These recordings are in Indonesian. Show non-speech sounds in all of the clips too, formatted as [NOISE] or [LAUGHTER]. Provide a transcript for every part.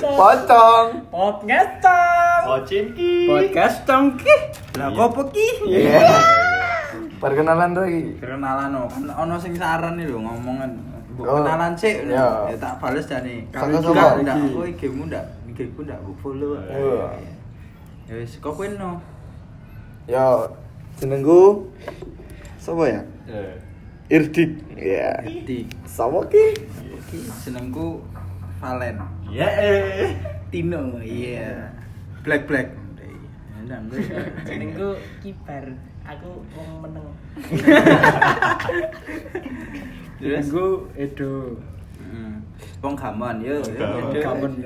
Pocong. Podcast tong. Pocinki. Podcast tong ki. Lah Iya. kopo ki. Iya. Perkenalan lagi. Kenalan no, kan ono sing saran nih lho ngomongan. Bu, Oh. Kenalan sih, Iya. ya tak bales jane. Sama-sama. juga ndak, oh IG-mu ndak, IG-ku ndak bu follow. Iya. Ya wis, kok kowe no. Yo, jenengku sapa ya? Eh, Irdik. Iya. Di Sapa ki? iki jenengku Valen. Iya, Ya eh. Tino, iya. Black Black. [LAUGHS] Nang gue. Iya. jenengku kibar aku wong meneng Terus Aku Edo. Hmm. Wong gamon yo. Yo, Gamon. yo. Kamen. [LAUGHS]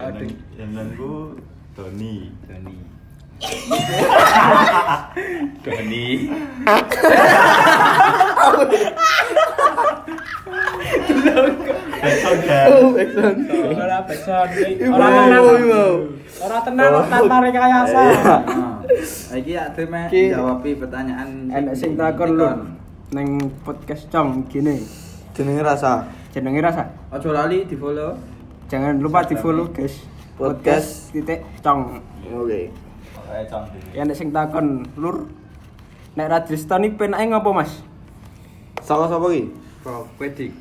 Jeneng- Jenengku Doni. Doni. [LAUGHS] Doni. Besok ya. ora backsound iki Ibu, ora tenang ibu, ibu. ora tenang Oh. tanpa Iya. rekayasa Nah, Ah. iki ya terima Ki. jawabi pertanyaan. Enak sing takon lho. Neng podcast cong gini. Jenenge rasa Jenenge rasa. Ojo lali di follow. Jangan lupa di follow guys. Podcast. titik cong. Oke. Pokoknya cantik. Enak sing takon lur. Nek Rajista ni penake ngopo Mas? Sapa sapa ki? Kok kowe dik.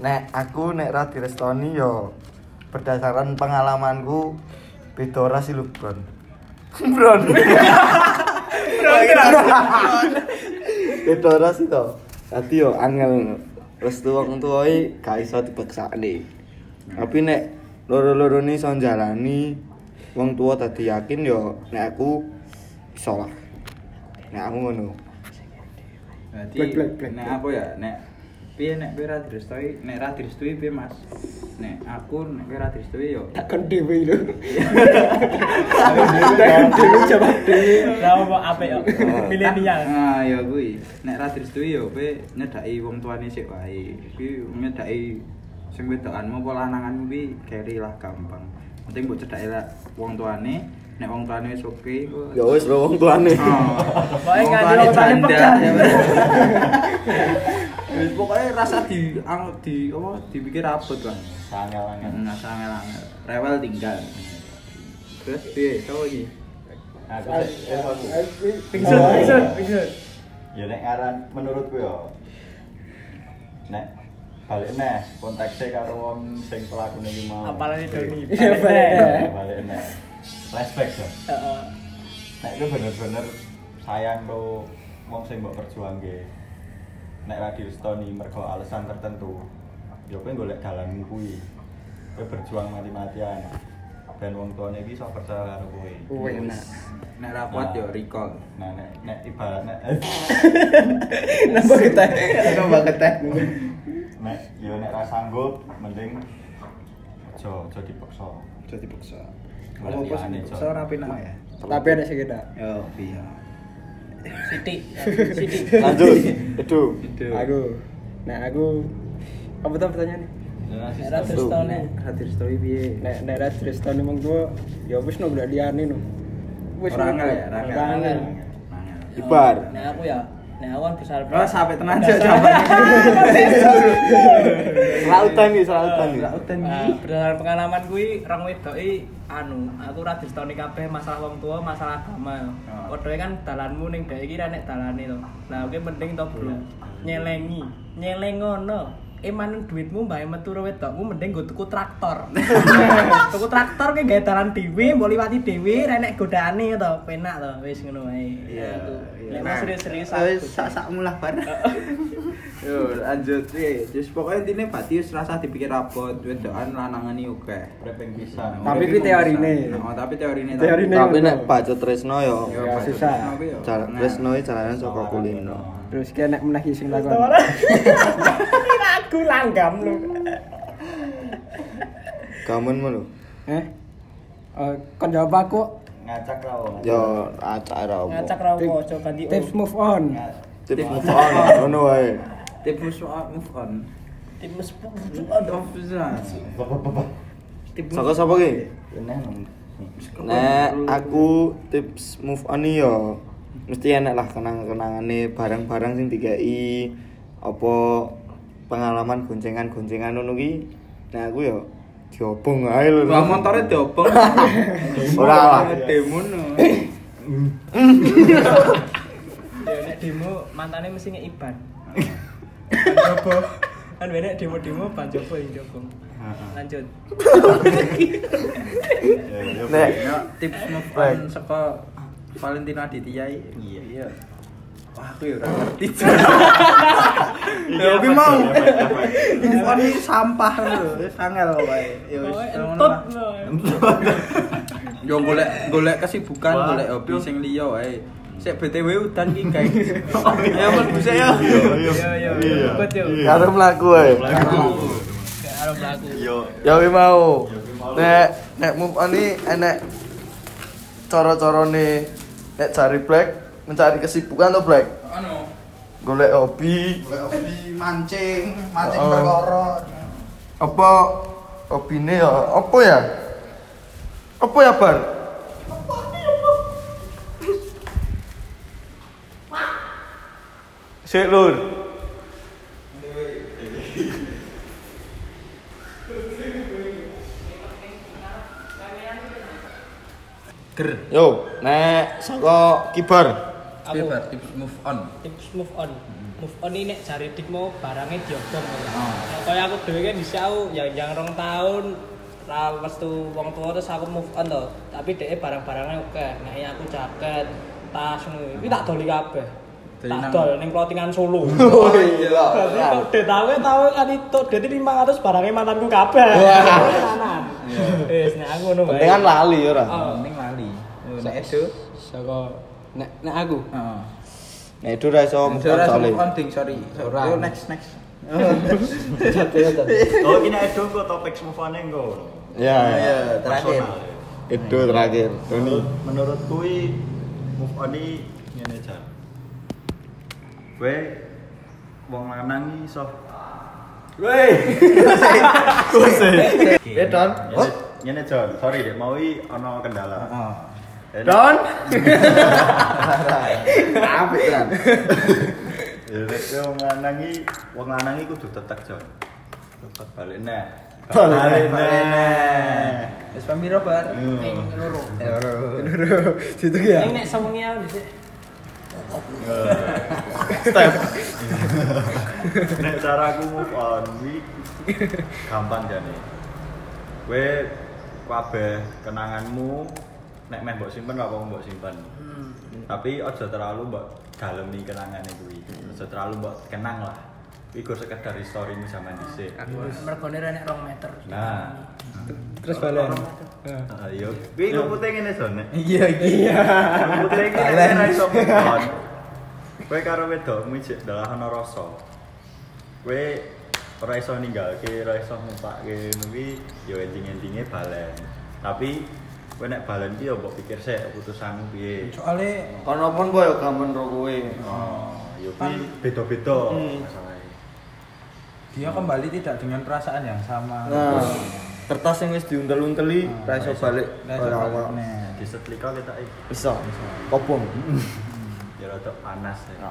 Nek aku nek ra direstoni yo berdasarkan pengalamanku beda ras lu bron. [LAUGHS] Bron. Beda ras itu. Dadi yo angel restu wong tuwae gak iso dipaksakne. Tapi nek loro-loro ni iso njalani wong tua tadi yakin yo nek aku iso lah. Nek aku ngono. Berarti Black, black, black, nek black. apa ya? Nek piye nek kowe ra direstui, nek ra direstui piye Mas? Nek aku nek kowe ra direstui yo. Takon dhewe [LAUGHS] lho. lah opo apik yo ya? Oh. milenial Nah, ya kuwi. Nek ra direstui yo kowe nyedaki wong tuane sik wae. Kuwi nyedaki sing wedokanmu apa lananganmu kuwi keri lah gampang. Penting mbok cedhaki lah wong tuane. Nek wong tuane wis oke, kok- Ya wis lho wong tuane. Oh. Pokoknya Wong nganti tuane wong tuane janda, pegang. ya, [LAUGHS] Mas. Wis pokoknya rasa di ang- di apa dipikir abot lah. Sangat-sangat. Rasa angel-angel. Rewel tinggal. Terus piye sapa iki? Aku sih, eh, aku. Oh. pingsan pingsan pingsan Ya nek aran menurutku ya. Nek balik neh konteksnya karo wong sing pelakune iki mau. apalagi Doni Iya, Pak. Balik neh. Respect ya. Heeh. Nek itu bener-bener sayang tuh wong sing mbok perjuangke. Nek ra direstoni mergo alasan tertentu. Ya kowe golek dalanmu kuwi. Kowe berjuang mati-matian. Ben wong tuane iki iso percaya karo kowe. Wis. Nek ra kuat yo recall. Nah, nek nek ibarat nek [LAUGHS] Nambah keteh. Coba keteh. nek yo nek ra sanggup mending aja aja dipaksa. Jadi dipaksa. Golek Apa sing liyane, dipaksa Cok. ora penak ya? Tapi enak sing kita. Yo piye. Siti Siti Lanjut. Aduh. Aku. Nek aku apa tuh pertanyaannya? Nah, Nek ra direstoni Hadir story piye? Nek nek Rajista ni wong tuwa ya wis no golek liyane no. Ora angel ya, ora angel. Ora angel. Angel. Ibar. nek aku ya nek aku kan besar Ora sampe tenan jek jawabannya. Selautan nih, selautan nih. Lautan Eh, berdasarkan pengalaman kuwi rong wedoki anu aku ra direstoni kabeh masalah wong tua masalah agama Ah. wedoke kan dalanmu ning dhek iki ra nek dalane to nah oke penting to bro nyelengi nyeleng ngono Eman duitmu mbae metu ro wedokmu mending go tuku traktor. tuku traktor ki gawe dalan dhewe, mbok liwati dhewe, ra nek godaane to, penak to, wis ngono wae. Ya aku. Nek mas serius-serius aku. sak mulah bareng. Yo lanjut sih. Terus pokoknya intinya Batius rasa dipikir abot, wedokan lanangan iki oke. Repeng pisan. Tapi kuwi teorine. Oh, tapi teorine. to. Teorine. Tapi nek baca Tresno yo. Yo, Ya, Batius susah. Trisno kuwi yo. Cara Nah. Tresno iki jalanan saka kulino. Terus kene nek menahi sing lakon. aku langgam lu. Gamen mulu. Eh? Eh, kon jawab aku Ngacak ra wong. Yo acak ra opo. Ngacak ra opo, coba di. tips move on. Tips move on ngono wae. Tips move on- move on. Tips Aduh, susah. Bapak-bapak. Tips Saka sapa ki? Neh nang. Nek aku tips move on nih yo mesti enak lah kenang-kenangane barang-barang sing dikai apa pengalaman goncengan-goncengan ngono ki nah aku yo diobong ae lho Bawa motornya [LAUGHS] diobong. Ora lah. Demo no. Ya nek demo mantane mesti ngek iban. Panjobo. Kan benek demo-demo Panjobo yang jobong. Lanjut. Ya, ya, nek Ya, tips move on saka Valentino Aditya iya. Iya. Wah, aku ya ora ngerti. [LAUGHS] Ya, aku mau. Move on ini sampah lho, wis angel wae. Ya wis. Pokoknya ngono Oh, entut lah. loh. Yo golek golek kesibukan, golek hobi sing liya wae. Sik BTW udan ki [LAUGHS] guys. Ya mlebu sik ya. Iya, Yo yo yo. iya. Ikut yo. Iya. karo mlaku ae Gak arep laku. Yo, ya wi mau nek nek ah, move on ini enek eh, cara-carane nek cari black mencari kesibukan to black Anu, golek hobi golek hobi mancing, mancing perkara. apa hobine ya apa ya apa ya bar Sik lur. Ger. Yo, nek saka kibar. Aku Piye, Bar? tips move on. tips move on. Mm-hmm. Move on ini nek jare dik mau barangnya diobong. Ah. Nah, Kaya aku dhewe kan bisa aku yang yang rong tahun ra mestu wong tua terus aku move on to. Tapi dhek barang-barangnya oke. Nek ini aku jaket, tas ngono. Iki tak doli kabeh. Doli Tak nang- dol ning clothingan Solo. [LAUGHS] Oh iya. Berarti kok dhek tawe tawe kan itu dhek 500 barangnya mantanku kabeh. Wah. Iya. Kanan. Wis nek aku ngono Penting kan lali ora. Oh. Penting lali. Nek Edo, Saka nek nek aku. heeh. Nek itu ra iso move Edo on ora soalé. move on ding, sorry. Ora. Yo next next. oh ini Edo kok topik semuanya kok. Ya. ya. terakhir. Personal. Itu terakhir. Doni. Menurut- Menurut kui move on ini ngene jan. Kowe wong lanang iki iso Eh Don. Ngene- ngene Jon, sorry dek mau i ono kendala. Heeh. Eh, Don. Apik kan. Ya nek kowe wong lanang iki wong lanang iki kudu tetek Jon. Tetek balik neh. Balik neh. Wis pamiro, Bar. Iya. loro. Situ ya? Ini nek sewengi aku dhisik. [LAUGHS] Nek caraku move on iki gampang jane. Kowe kabeh kenanganmu nek men mbok simpen apa mbok simpen. Tapi aja terlalu mbok dalemi kenangane kuwi. Aja terlalu mbok kenang lah. Kuwi gur sekedar historimu zaman dhisik. Mergone ra nek 2 meter. Nah, Terus balen. ayo. Kuwi rumpute ngene sone. Iya, iya. Rumpute ngene ora iso move on. Kowe karo wedokmu jek dalah ana rasa. Kowe ora iso ninggalke, ora iso ngumpakke kuwi ya ending-endinge balen. Tapi kowe nek balen ki ya mbok pikir sik putusanmu piye. Soale Kono pun koyo gamen ro kowe. Oh, ya kuwi beda-beda masalahe. dia kembali tidak dengan perasaan yang sama. Nah, kertas yang wis diuntel-unteli ra iso balik Nah, kaya awak. nah, Disetlika ketake Iso. Kopong. ya rada panas. yo. ya.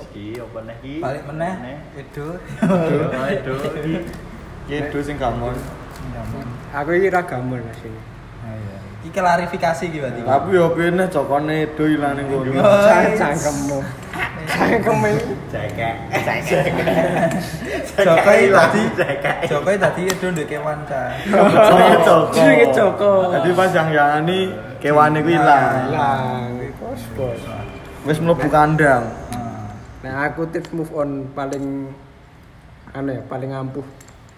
Wis ki apa neh ki? balik meneh Edo Aduh, aduh. Ki Yedo sing gamon. Aku iki ragamun asline. iki klarifikasi gitu berarti Tapi yo pene cokone Edo ilane kono. Yo. Sang [LAUGHS] cangkemmu. Cangkemmu. Oh, iya. iki. cekek. Jokowi tadi cekek. Jokowi tadi Edo ndek kewan ta Jenenge Joko. Jenenge Joko. Jadi pas yang yangani kewane kuwi ilang. Hilang. Bos, bos. Wis mlebu kandang. Nah, aku tips move on paling aneh ya, paling ampuh,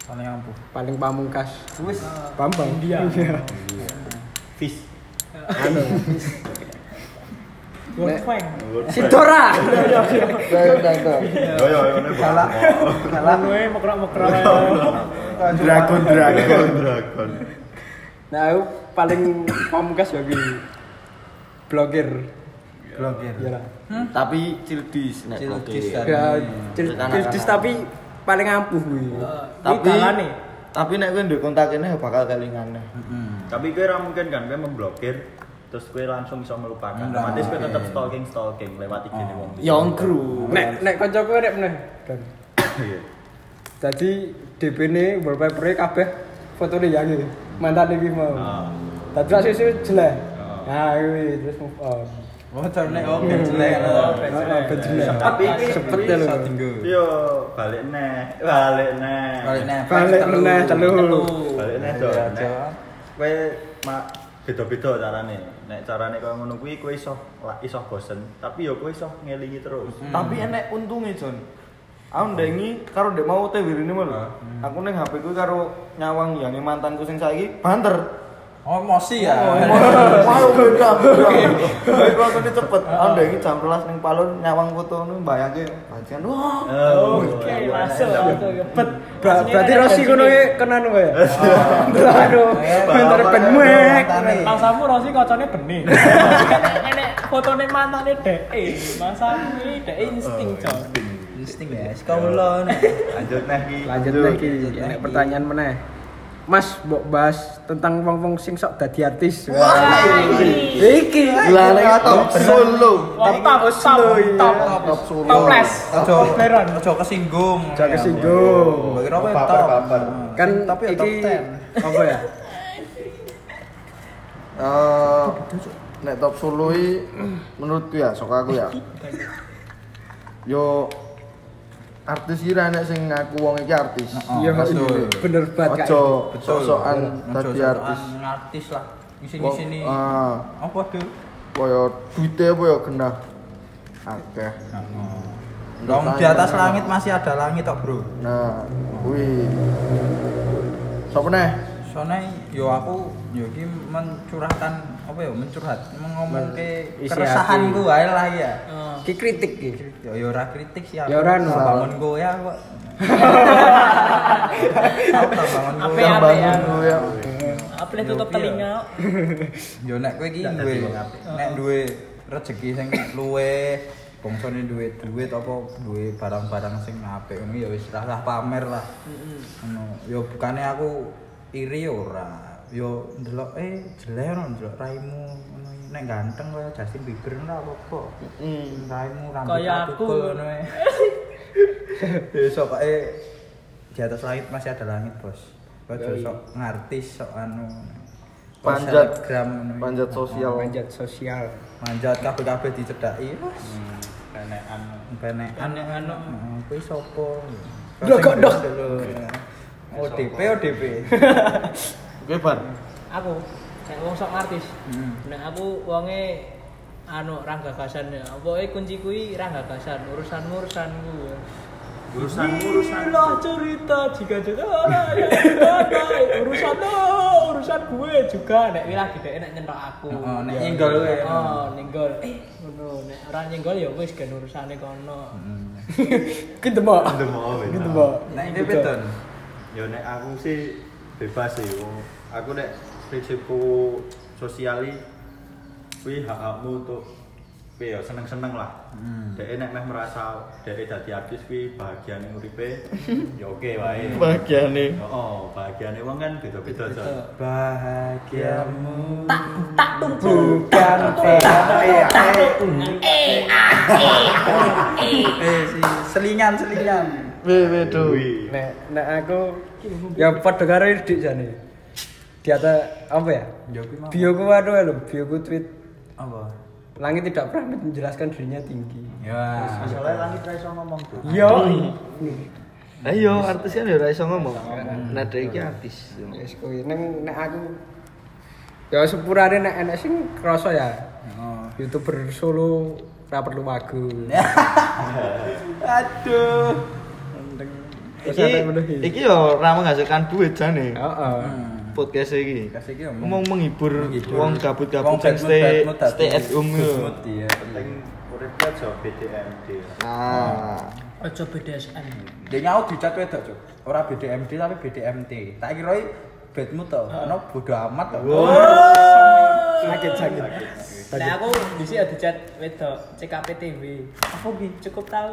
paling ampuh paling pamungkas. Wis, Bambang. India. Fish. anu. Nek- Weng. Sidora. Yo yo yo. galak galak Kowe mekra-mekra. Dragon Hmm? dragon. dragon. Nah, aku paling pamungkas ya gue blogger. blogger Iyalah. Tapi cildis nek Cildis, blogger. kan. Ya, cil- Anak-anak. cildis tapi paling ampuh gue. Ah. Tapi dalane. Hmm. tapi nek kowe ndek kontak kene ya bakal kelingan. Tapi kowe ora mungkin kan kowe memblokir terus kue langsung bisa melupakan Enggak, otomatis kue oke. tetap stalking stalking lewat IG nih wong Yongkru. Nek nek kancaku rek meneh. Dan. Iya. Dadi DP-ne wallpaper kabeh fotone yangi. Mantan iki mau. Ah. Dadi lah susu jelek. Nah, kuwi terus move on. Oh, nek oh, ben Nah, jelek lho. Ben Oh, ben jelek. Hmm. tapi ini Cepet ya lho. Ah. yo balik neh balik neh Balik neh. Balik meneh telu. balik neh dong Nek kue mak beda-beda carane nek carane kau ngono kuwi kue iso la- iso bosen tapi yo kue iso ngelingi terus Hmm. Tapi enek untungnya Jon. Aku ndengi karo ndek mau teh wirine malah. Aku ning HP ku karo nyawang yang mantanku sing saiki banter. Oh, mosi ya. Mau beda. Baik waktu cepet. Aku ndengi jam 11 ning Palun nyawang foto nu mbayangke bajingan. Wah. Oh, Oke, masuk. masuk. Bet. Ba- Berarti Rosi ngono ki kena ngono ya. Oh. Aduh, bentar ben muek. Mangsamu Rosi kocone bening. Nek- Nek fotone mantane dhek. e. Mangsamu iki dhek e insting, Jon. Listing ya, sekolah. lanjut neh ki Lanjut lagi, enek pertanyaan meneh. Mas, mbok bahas tentang wong-wong sing sok dadi artis. Iki Lalai top Solo. Top top top top top toples. [LAUGHS] Ojo, ojo kesinggung. Jangan kesinggung. Bagi rokok top. Kan Tapi ya top iki 10. apa ya? Eh, nek top solo i menurutku ya sok aku ya yo artis kira nek sing ngaku wong iki artis Iya, Mas. betul. Bener banget. Kak. ojo sosokan dadi artis artis lah. Di sini Wong- sini. ah Apa tuh? koyo duite apa yo genah akeh Dong di atas langit masih ada langit tok, Bro. nah kuwi sapa neh Soalnya yo aku yo iki mencurahkan apa ya mencurhat mengomong ke Isi keresahanku ae lah ya. Oh. Ki kritik ki. Yo yo ora kritik sih aku. Ya ora, no. bangun goyah kok. Aku tak bangun Apa goyah. ya? bangun kuwi ya Apa tutup telinga? Yo nek kowe iki duwe nek duwe rejeki sing luwe bangsane duwe duit apa duwe barang-barang sing apik ngono ya wis rasa pamer lah. Ngono. Yo bukane aku iri ya ora. Yo ndelok eh jelek ora ndelok raimu ngono iki. nek ganteng kaya Justin Bieber ora apa-apa. Raimu rambut Kaya tak aku. tukul ngono ae. Ya sokoke di atas langit masih ada langit, Bos. Ojo sok ngartis sok anu. Kok Panjat. selebgram ngono iki. Nah, panjat Oh, sosial Panjat sosial. manjat kabeh-kabeh dicedhaki wes Hmm, Penekan. benekan nek anu kuwi sapa Dok, kok, dok. ODP [LAUGHS] ODP oke bar Aku nek wong sok artis. Nek aku wonge anu Rangga Gasan ya. Pokoke kunci kuwi Rangga Gasan, urusanmu urusanku. urusan Inilah cerita jika jika ya, urusan lo, urusan gue juga nek wih lagi deh nek nyentok aku. Heeh, nek nyenggol gue. Oh, nyenggol. Eh, ngono nek ora nyenggol ya wis gen urusane kono. Ki demak. Demak, bener. Ki demak. nek iki beton Yo nek aku sih bebas sih. wong. Aku nek prinsipku sosiali kuwi hakmu untuk kuwi yo seneng-seneng lah. Hmm. Dek nek meh merasa dek dadi artis kuwi bahagiane [LAUGHS] uripe yo oke wae. bagiane Heeh, bahagiane wong kan beda-beda, Jon. bahagiamu Tak tumbuh. bukan PR Eh, si selingan selingan wewe do Kuwi. Nek nek aku ya padha karo Dik jane. Di atas apa ya? yo kuwi mau Bioku aduh lho, bioku tweet apa Langit tidak pernah menjelaskan dirinya tinggi. ya Masalahnya langit ra iso ngomong, Bro. Yo. ayo artis kan ya ora iso ngomong nah dhek iki artis Wis kuwi neng nek aku ya sepurane nek enek sing krasa ya. YouTuber solo ra perlu wagu. [LAUGHS] aduh Terus iki ada yang menehi. iki yo ora menghasilkan duit jane Heeh. podcast iki Podcast iki yo ngomong menghibur menghibur. wong Wong gabut-gabut sing bad mood, stay bad mood, dadi stay at home good yo. mood, iya. Penting uripe aja BDMD. ah Ojo BDSM. Dia nyau dicat wedok, Cuk. Ora BDMD tapi BDMT. Tak kira bedmu to, Ah. ono bodo amat to. Sakit sakit. Nah aku bisa ya dicat wedok CKPTW. Aku bi cukup tahu.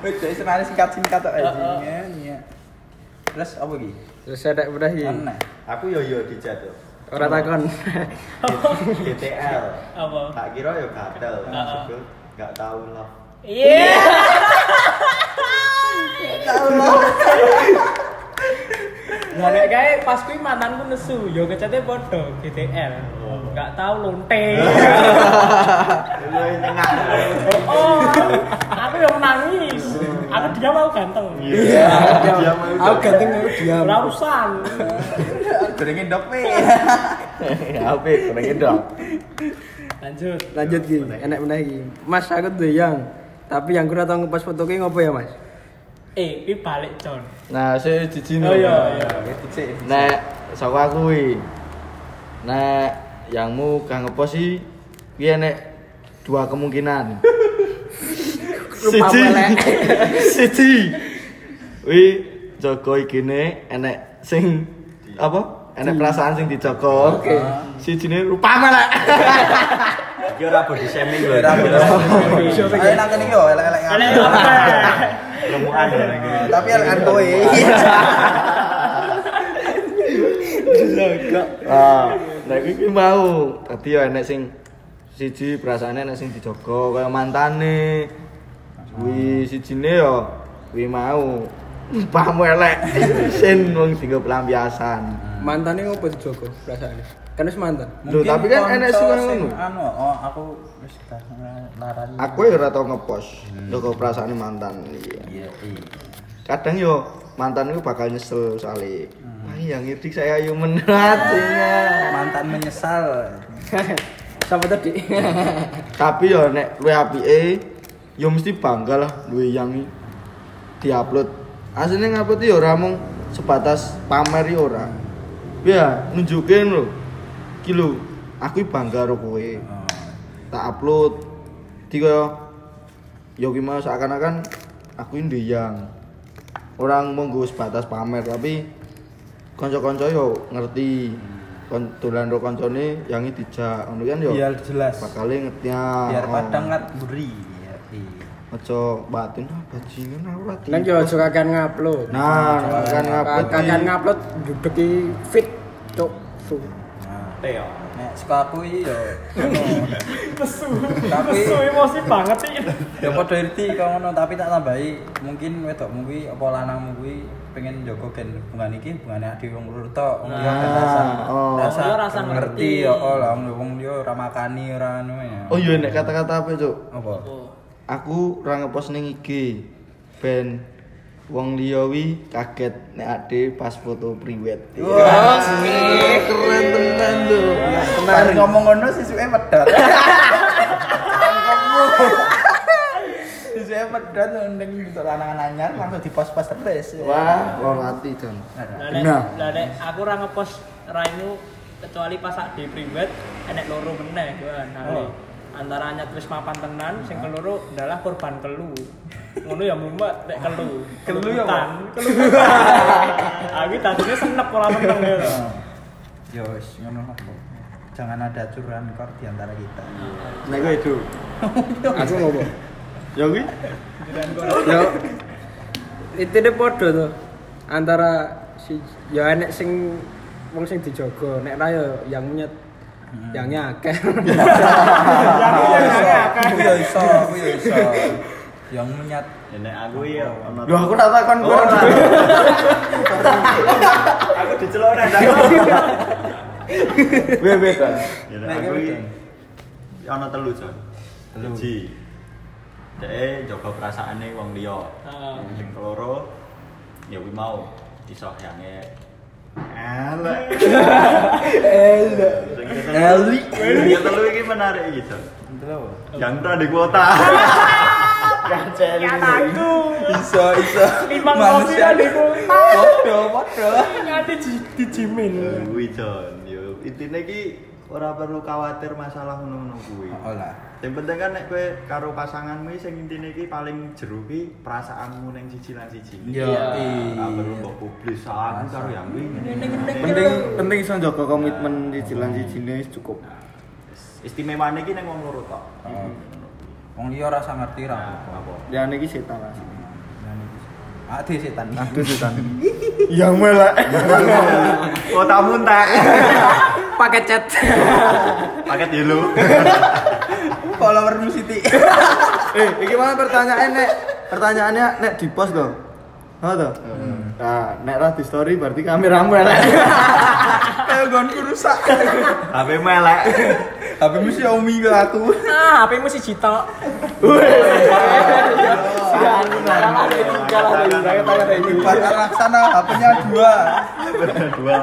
Wedok senane singkat-singkat to Ah, Heeh. Iya, iya. Terus apa iki? Hmm. Terus ada yang menehi. Aneh. [LAUGHS] Aku yo yo dijat yo. Ora takon. GTL Apa? tak kira ya gatel maksudku gak tau lah Iya. Nah, nek kae pas kuwi mantanku nesu, yo kecete padha GTL. Enggak tahu lonte. Oh, aku yang nangis. Aku dia mau ganteng. iya Diam. Aku ganteng aku diam. Ora urusan. Jenenge ndok [LAUGHS] pe. HP kurang edok. Lanjut. Lanjut ki, enak meneh iki. Mas aku doyang. Tapi yang kurang tau ngepas foto ki ngopo ya, Mas? Eh, iki balik, Con. Nah, saya cici Oh iya, iya. Ya, Nek saka aku kuwi. Nek yangmu kang ngepost sih piye nek dua kemungkinan. Rupa Siji. pelek. [LAUGHS] Siji. Wi jaga igine enek sing apa? Enek perasaan sing dijaga. Oke. Sijine rupa melek. iki ora body shaming Iya, lho Ayo nang kene yo elek-elek. Eh, Kalian apa? remukan lho nang kene. Tapi elek kan kowe. Ah, nek iki mau. Dadi ya enek sing siji perasaane enek sing dijaga kaya mantane. Kuwi sijine ya kuwi mau. Pamu elek. [LAUGHS] Sin wong dienggo pelampiasan. Mantannya ngopo Joko perasaannya? Kan wis mantan. Loh, tapi kan enek sing ngono. Anu, oh aku wis eh, gak narani. Aku ya ora tau ngepost. Lho kok perasaane mantan iya. Iya, iya. Kadang yo mantan iku bakal nyesel soalé. Wah, yang ngidik saya ayo [LAUGHS] menatinya. Iya, Mantan [LAUGHS] menyesal. Sama tadi. Tapi yo nek luwe apike yo mesti bangga lah luwe yang i- diupload. Asline ngupload yo ora mung sebatas pamer yo ora. Ya nunjukin lho. Iki lho, aku i bangga karo kowe. Tak upload. Tiga yo ki mau seakan-akan aku i ndeyang. Orang mung nggo sebatas pamer tapi kanca-kanca yo ngerti. Kon dolan karo kancane yang i dijak ngono kan yo. Biar jelas. bakale ngetnya Biar padang ngat buri. Iya, iya. aja batin ah bajingan aku ora Nang yo aja kakean ngupload. nah kan ngapet Kakean ngupload duduk di fit cok. Su. Teo Nek saka aku iki yo ngono. Tapi- Nesu emosi banget sih. ya padha irti kok ngono tapi tak tambahi mungkin wedokmu kuwi apa lanangmu kuwi pengen njogo gen hubungan iki hubungane adi wong lur tok wong liya gak rasa Ah, oh. rasa, Oh, iya, rasa ngerti ngerti. ya oh lah wong liya ora makani ora anu ya oh iya nek kata-kata apa cuk apa aku ora ngepost ning IG ben wong liya wi kaget nek ade pas foto priwet Wah, keren tenan tuh Pas ngomong ngono e [LAUGHS] sisuke medot. Sisuke medot ndeng untuk lanangan anyar langsung dipos-pos terus. wah wong ati jan Lah nek- Nah. lah nek aku ora ngepost raimu kecuali pas sak di priwet enek loro meneh kan. Oh. Antaranya terus mapan tenan sing keloro adalah korban kelu. Ngono ya mumet nek kelu. Kelu ya, Kelutan. Kelu. Aku tadinya senep ora meneng ya. to. Yo Ya wis ngono lah. Bo. Jangan ada curankor di antara kita. nek kowe itu Aku ngopo? Ya. ya kuwi Yo. Itu deh podo tuh. Antara si ya enek sing wong sing dijogo, nek ra yo yang nyet yangnya [LAUGHS] akeh. Iya, Aku yo iso, aku yo iso. Yang menyat nek Oh. aku ya ono lho aku ora takon Oh. kowe Ora. ora. aku dicelok [LAUGHS] nek Iya, Weh, weh, Jan. Ya, nek aku iki ana telu Jon. Siji. Dek jaga perasaane wong liya. Heeh. Sing keloro ya kuwi mau iso yange elek. [LAUGHS] Elek. Elek. Ya telu iki menarik iki Jon. Yang tak di [LAUGHS] kuota. Ya aku. iso iso. Limang Manusia. kopi adikku. Podo, podo. Ngati di- dijimin. Eh, Kuwi Jon, yo intine iki ora perlu khawatir masalah ngono-ngono kuwi. Olah. Yang penting kan nek kowe karo pasanganmu iki sing intine iki paling jero ki perasaanmu ning siji lan siji. Iya. Ora perlu mbok publis aku karo yang kuwi ngene. penting penting iso njaga komitmen cicilan cicine cukup Istimewane iki ning wong loro tok. Wong liya ora usah ngerti ra apa-apa. liyane iki setan lah Ade setan. yang melek [LAUGHS] Oh, Kotamu entek. pakai chat. paket dulu followermu Siti [LAUGHS] eh iki mana pertanyaan nek pertanyaannya nek di post loh oh toh Hmm. nah nek ra di story berarti kameramu [LAUGHS] elek kayak gonku rusak HP melek HPmu Xiaomi ke aku Ah, HP-mu si [LAUGHS] Cito. Bakar laksana HP-nya dua berdua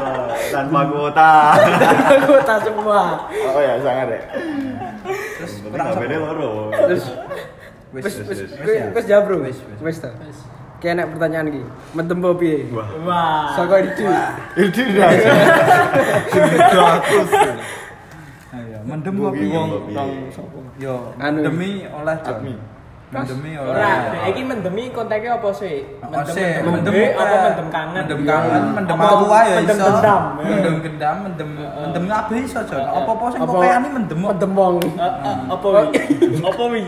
tanpa kuota Kota semua. oh ya sangat ya tapi HP-nya loro [LAUGHS] Terus wis wis wis ya bro wis wis ta. Kayak nek pertanyaan iki, mendem apa piye? Wah. Wah. Saka iki. itu udah ayo mendem kopi wong yo Anu. demi oleh John mendemi Ora, oleh iki mendemi konteknya apa sih? Mendem sih, mendem mendem apa eh, mendem kangen? mendem kangen mendem Apa apa ya mendem iso dendam? mendem gendam mendem mendem kabeh iso John apa-apa sing Apa- kokean iki mendem kok. Mendem wong. Eh, apa wi apa wi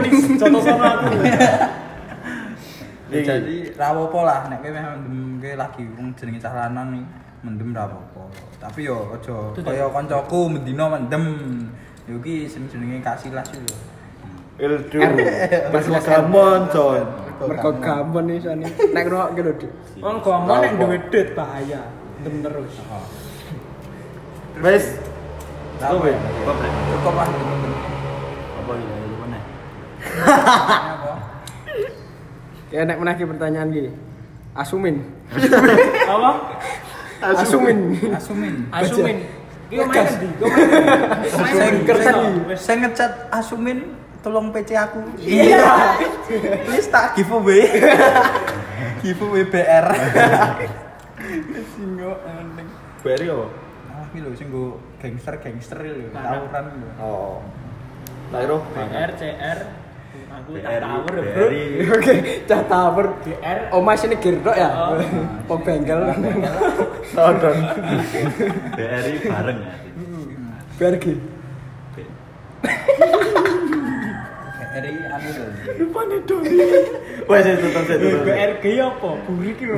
please contoh sama aku Ya, jadi rawopo lah nek kowe meh mendem kowe lagi wong jenenge cah lanang nih mendem rawopo tapi yo aja kaya kancaku mendino mendem yo iki sing jenenge kasilas yo [LAUGHS] Ildu pas kamon con Mergo gampon isane. Nek ngrokke lho, Dik. wong ngomong nek duwe duit bahaya mendem terus wes Apa ya? cukup lah mendem apa ya itu mana apa Ya nek meneh iki pertanyaan iki. Asumin. apa Asumin. asumin asumin iki main ndi Kau main ndi? Kau main saya ndi? ngecat Wis. saya ngecat asumin tolong PC aku iya please tak giveaway [LAUGHS] giveaway [LAUGHS] BR singgo ending Beri apa? Ah, iki lho sing nggo gangster-gangster iki lho, tawuran lho. Oh. Lairo. BR CR aku tak BRI, tawur bro BRI. Oke, cah tower. BR Oh, Mas ini girdok ya? Pok bengkel. BRI bareng ya Biar gitu. BR iki anu lho. Wes itu tetep itu. Eh, BRG apa burik lho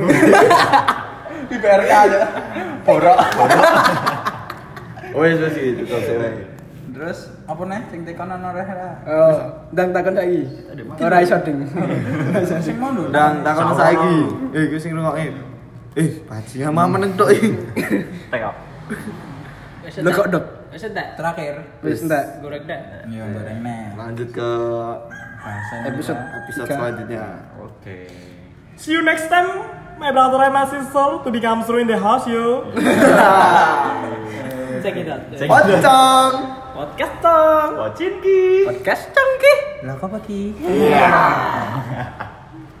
Di BRK aja. Borok. Wes wes itu tetep. Terus apa nih sing tekan ana reh [LAUGHS] ra? Oh, ndang takon saiki. Ora iso ding. Sing mono. dan takon saiki eh gue sing rungokke eh bajingan mah meneng tok eh. ih take up Lho kok dok? wis entek terakhir. Wis ndak. goreng dah Iya, bareng nih. lanjut ke Bahasa Episode episode tiga. selanjutnya oke see you next time my brother and my sister to be comes through in the house yo check it out pocong podcast dong wajinki Podcast cengkih. Lah kok pagi?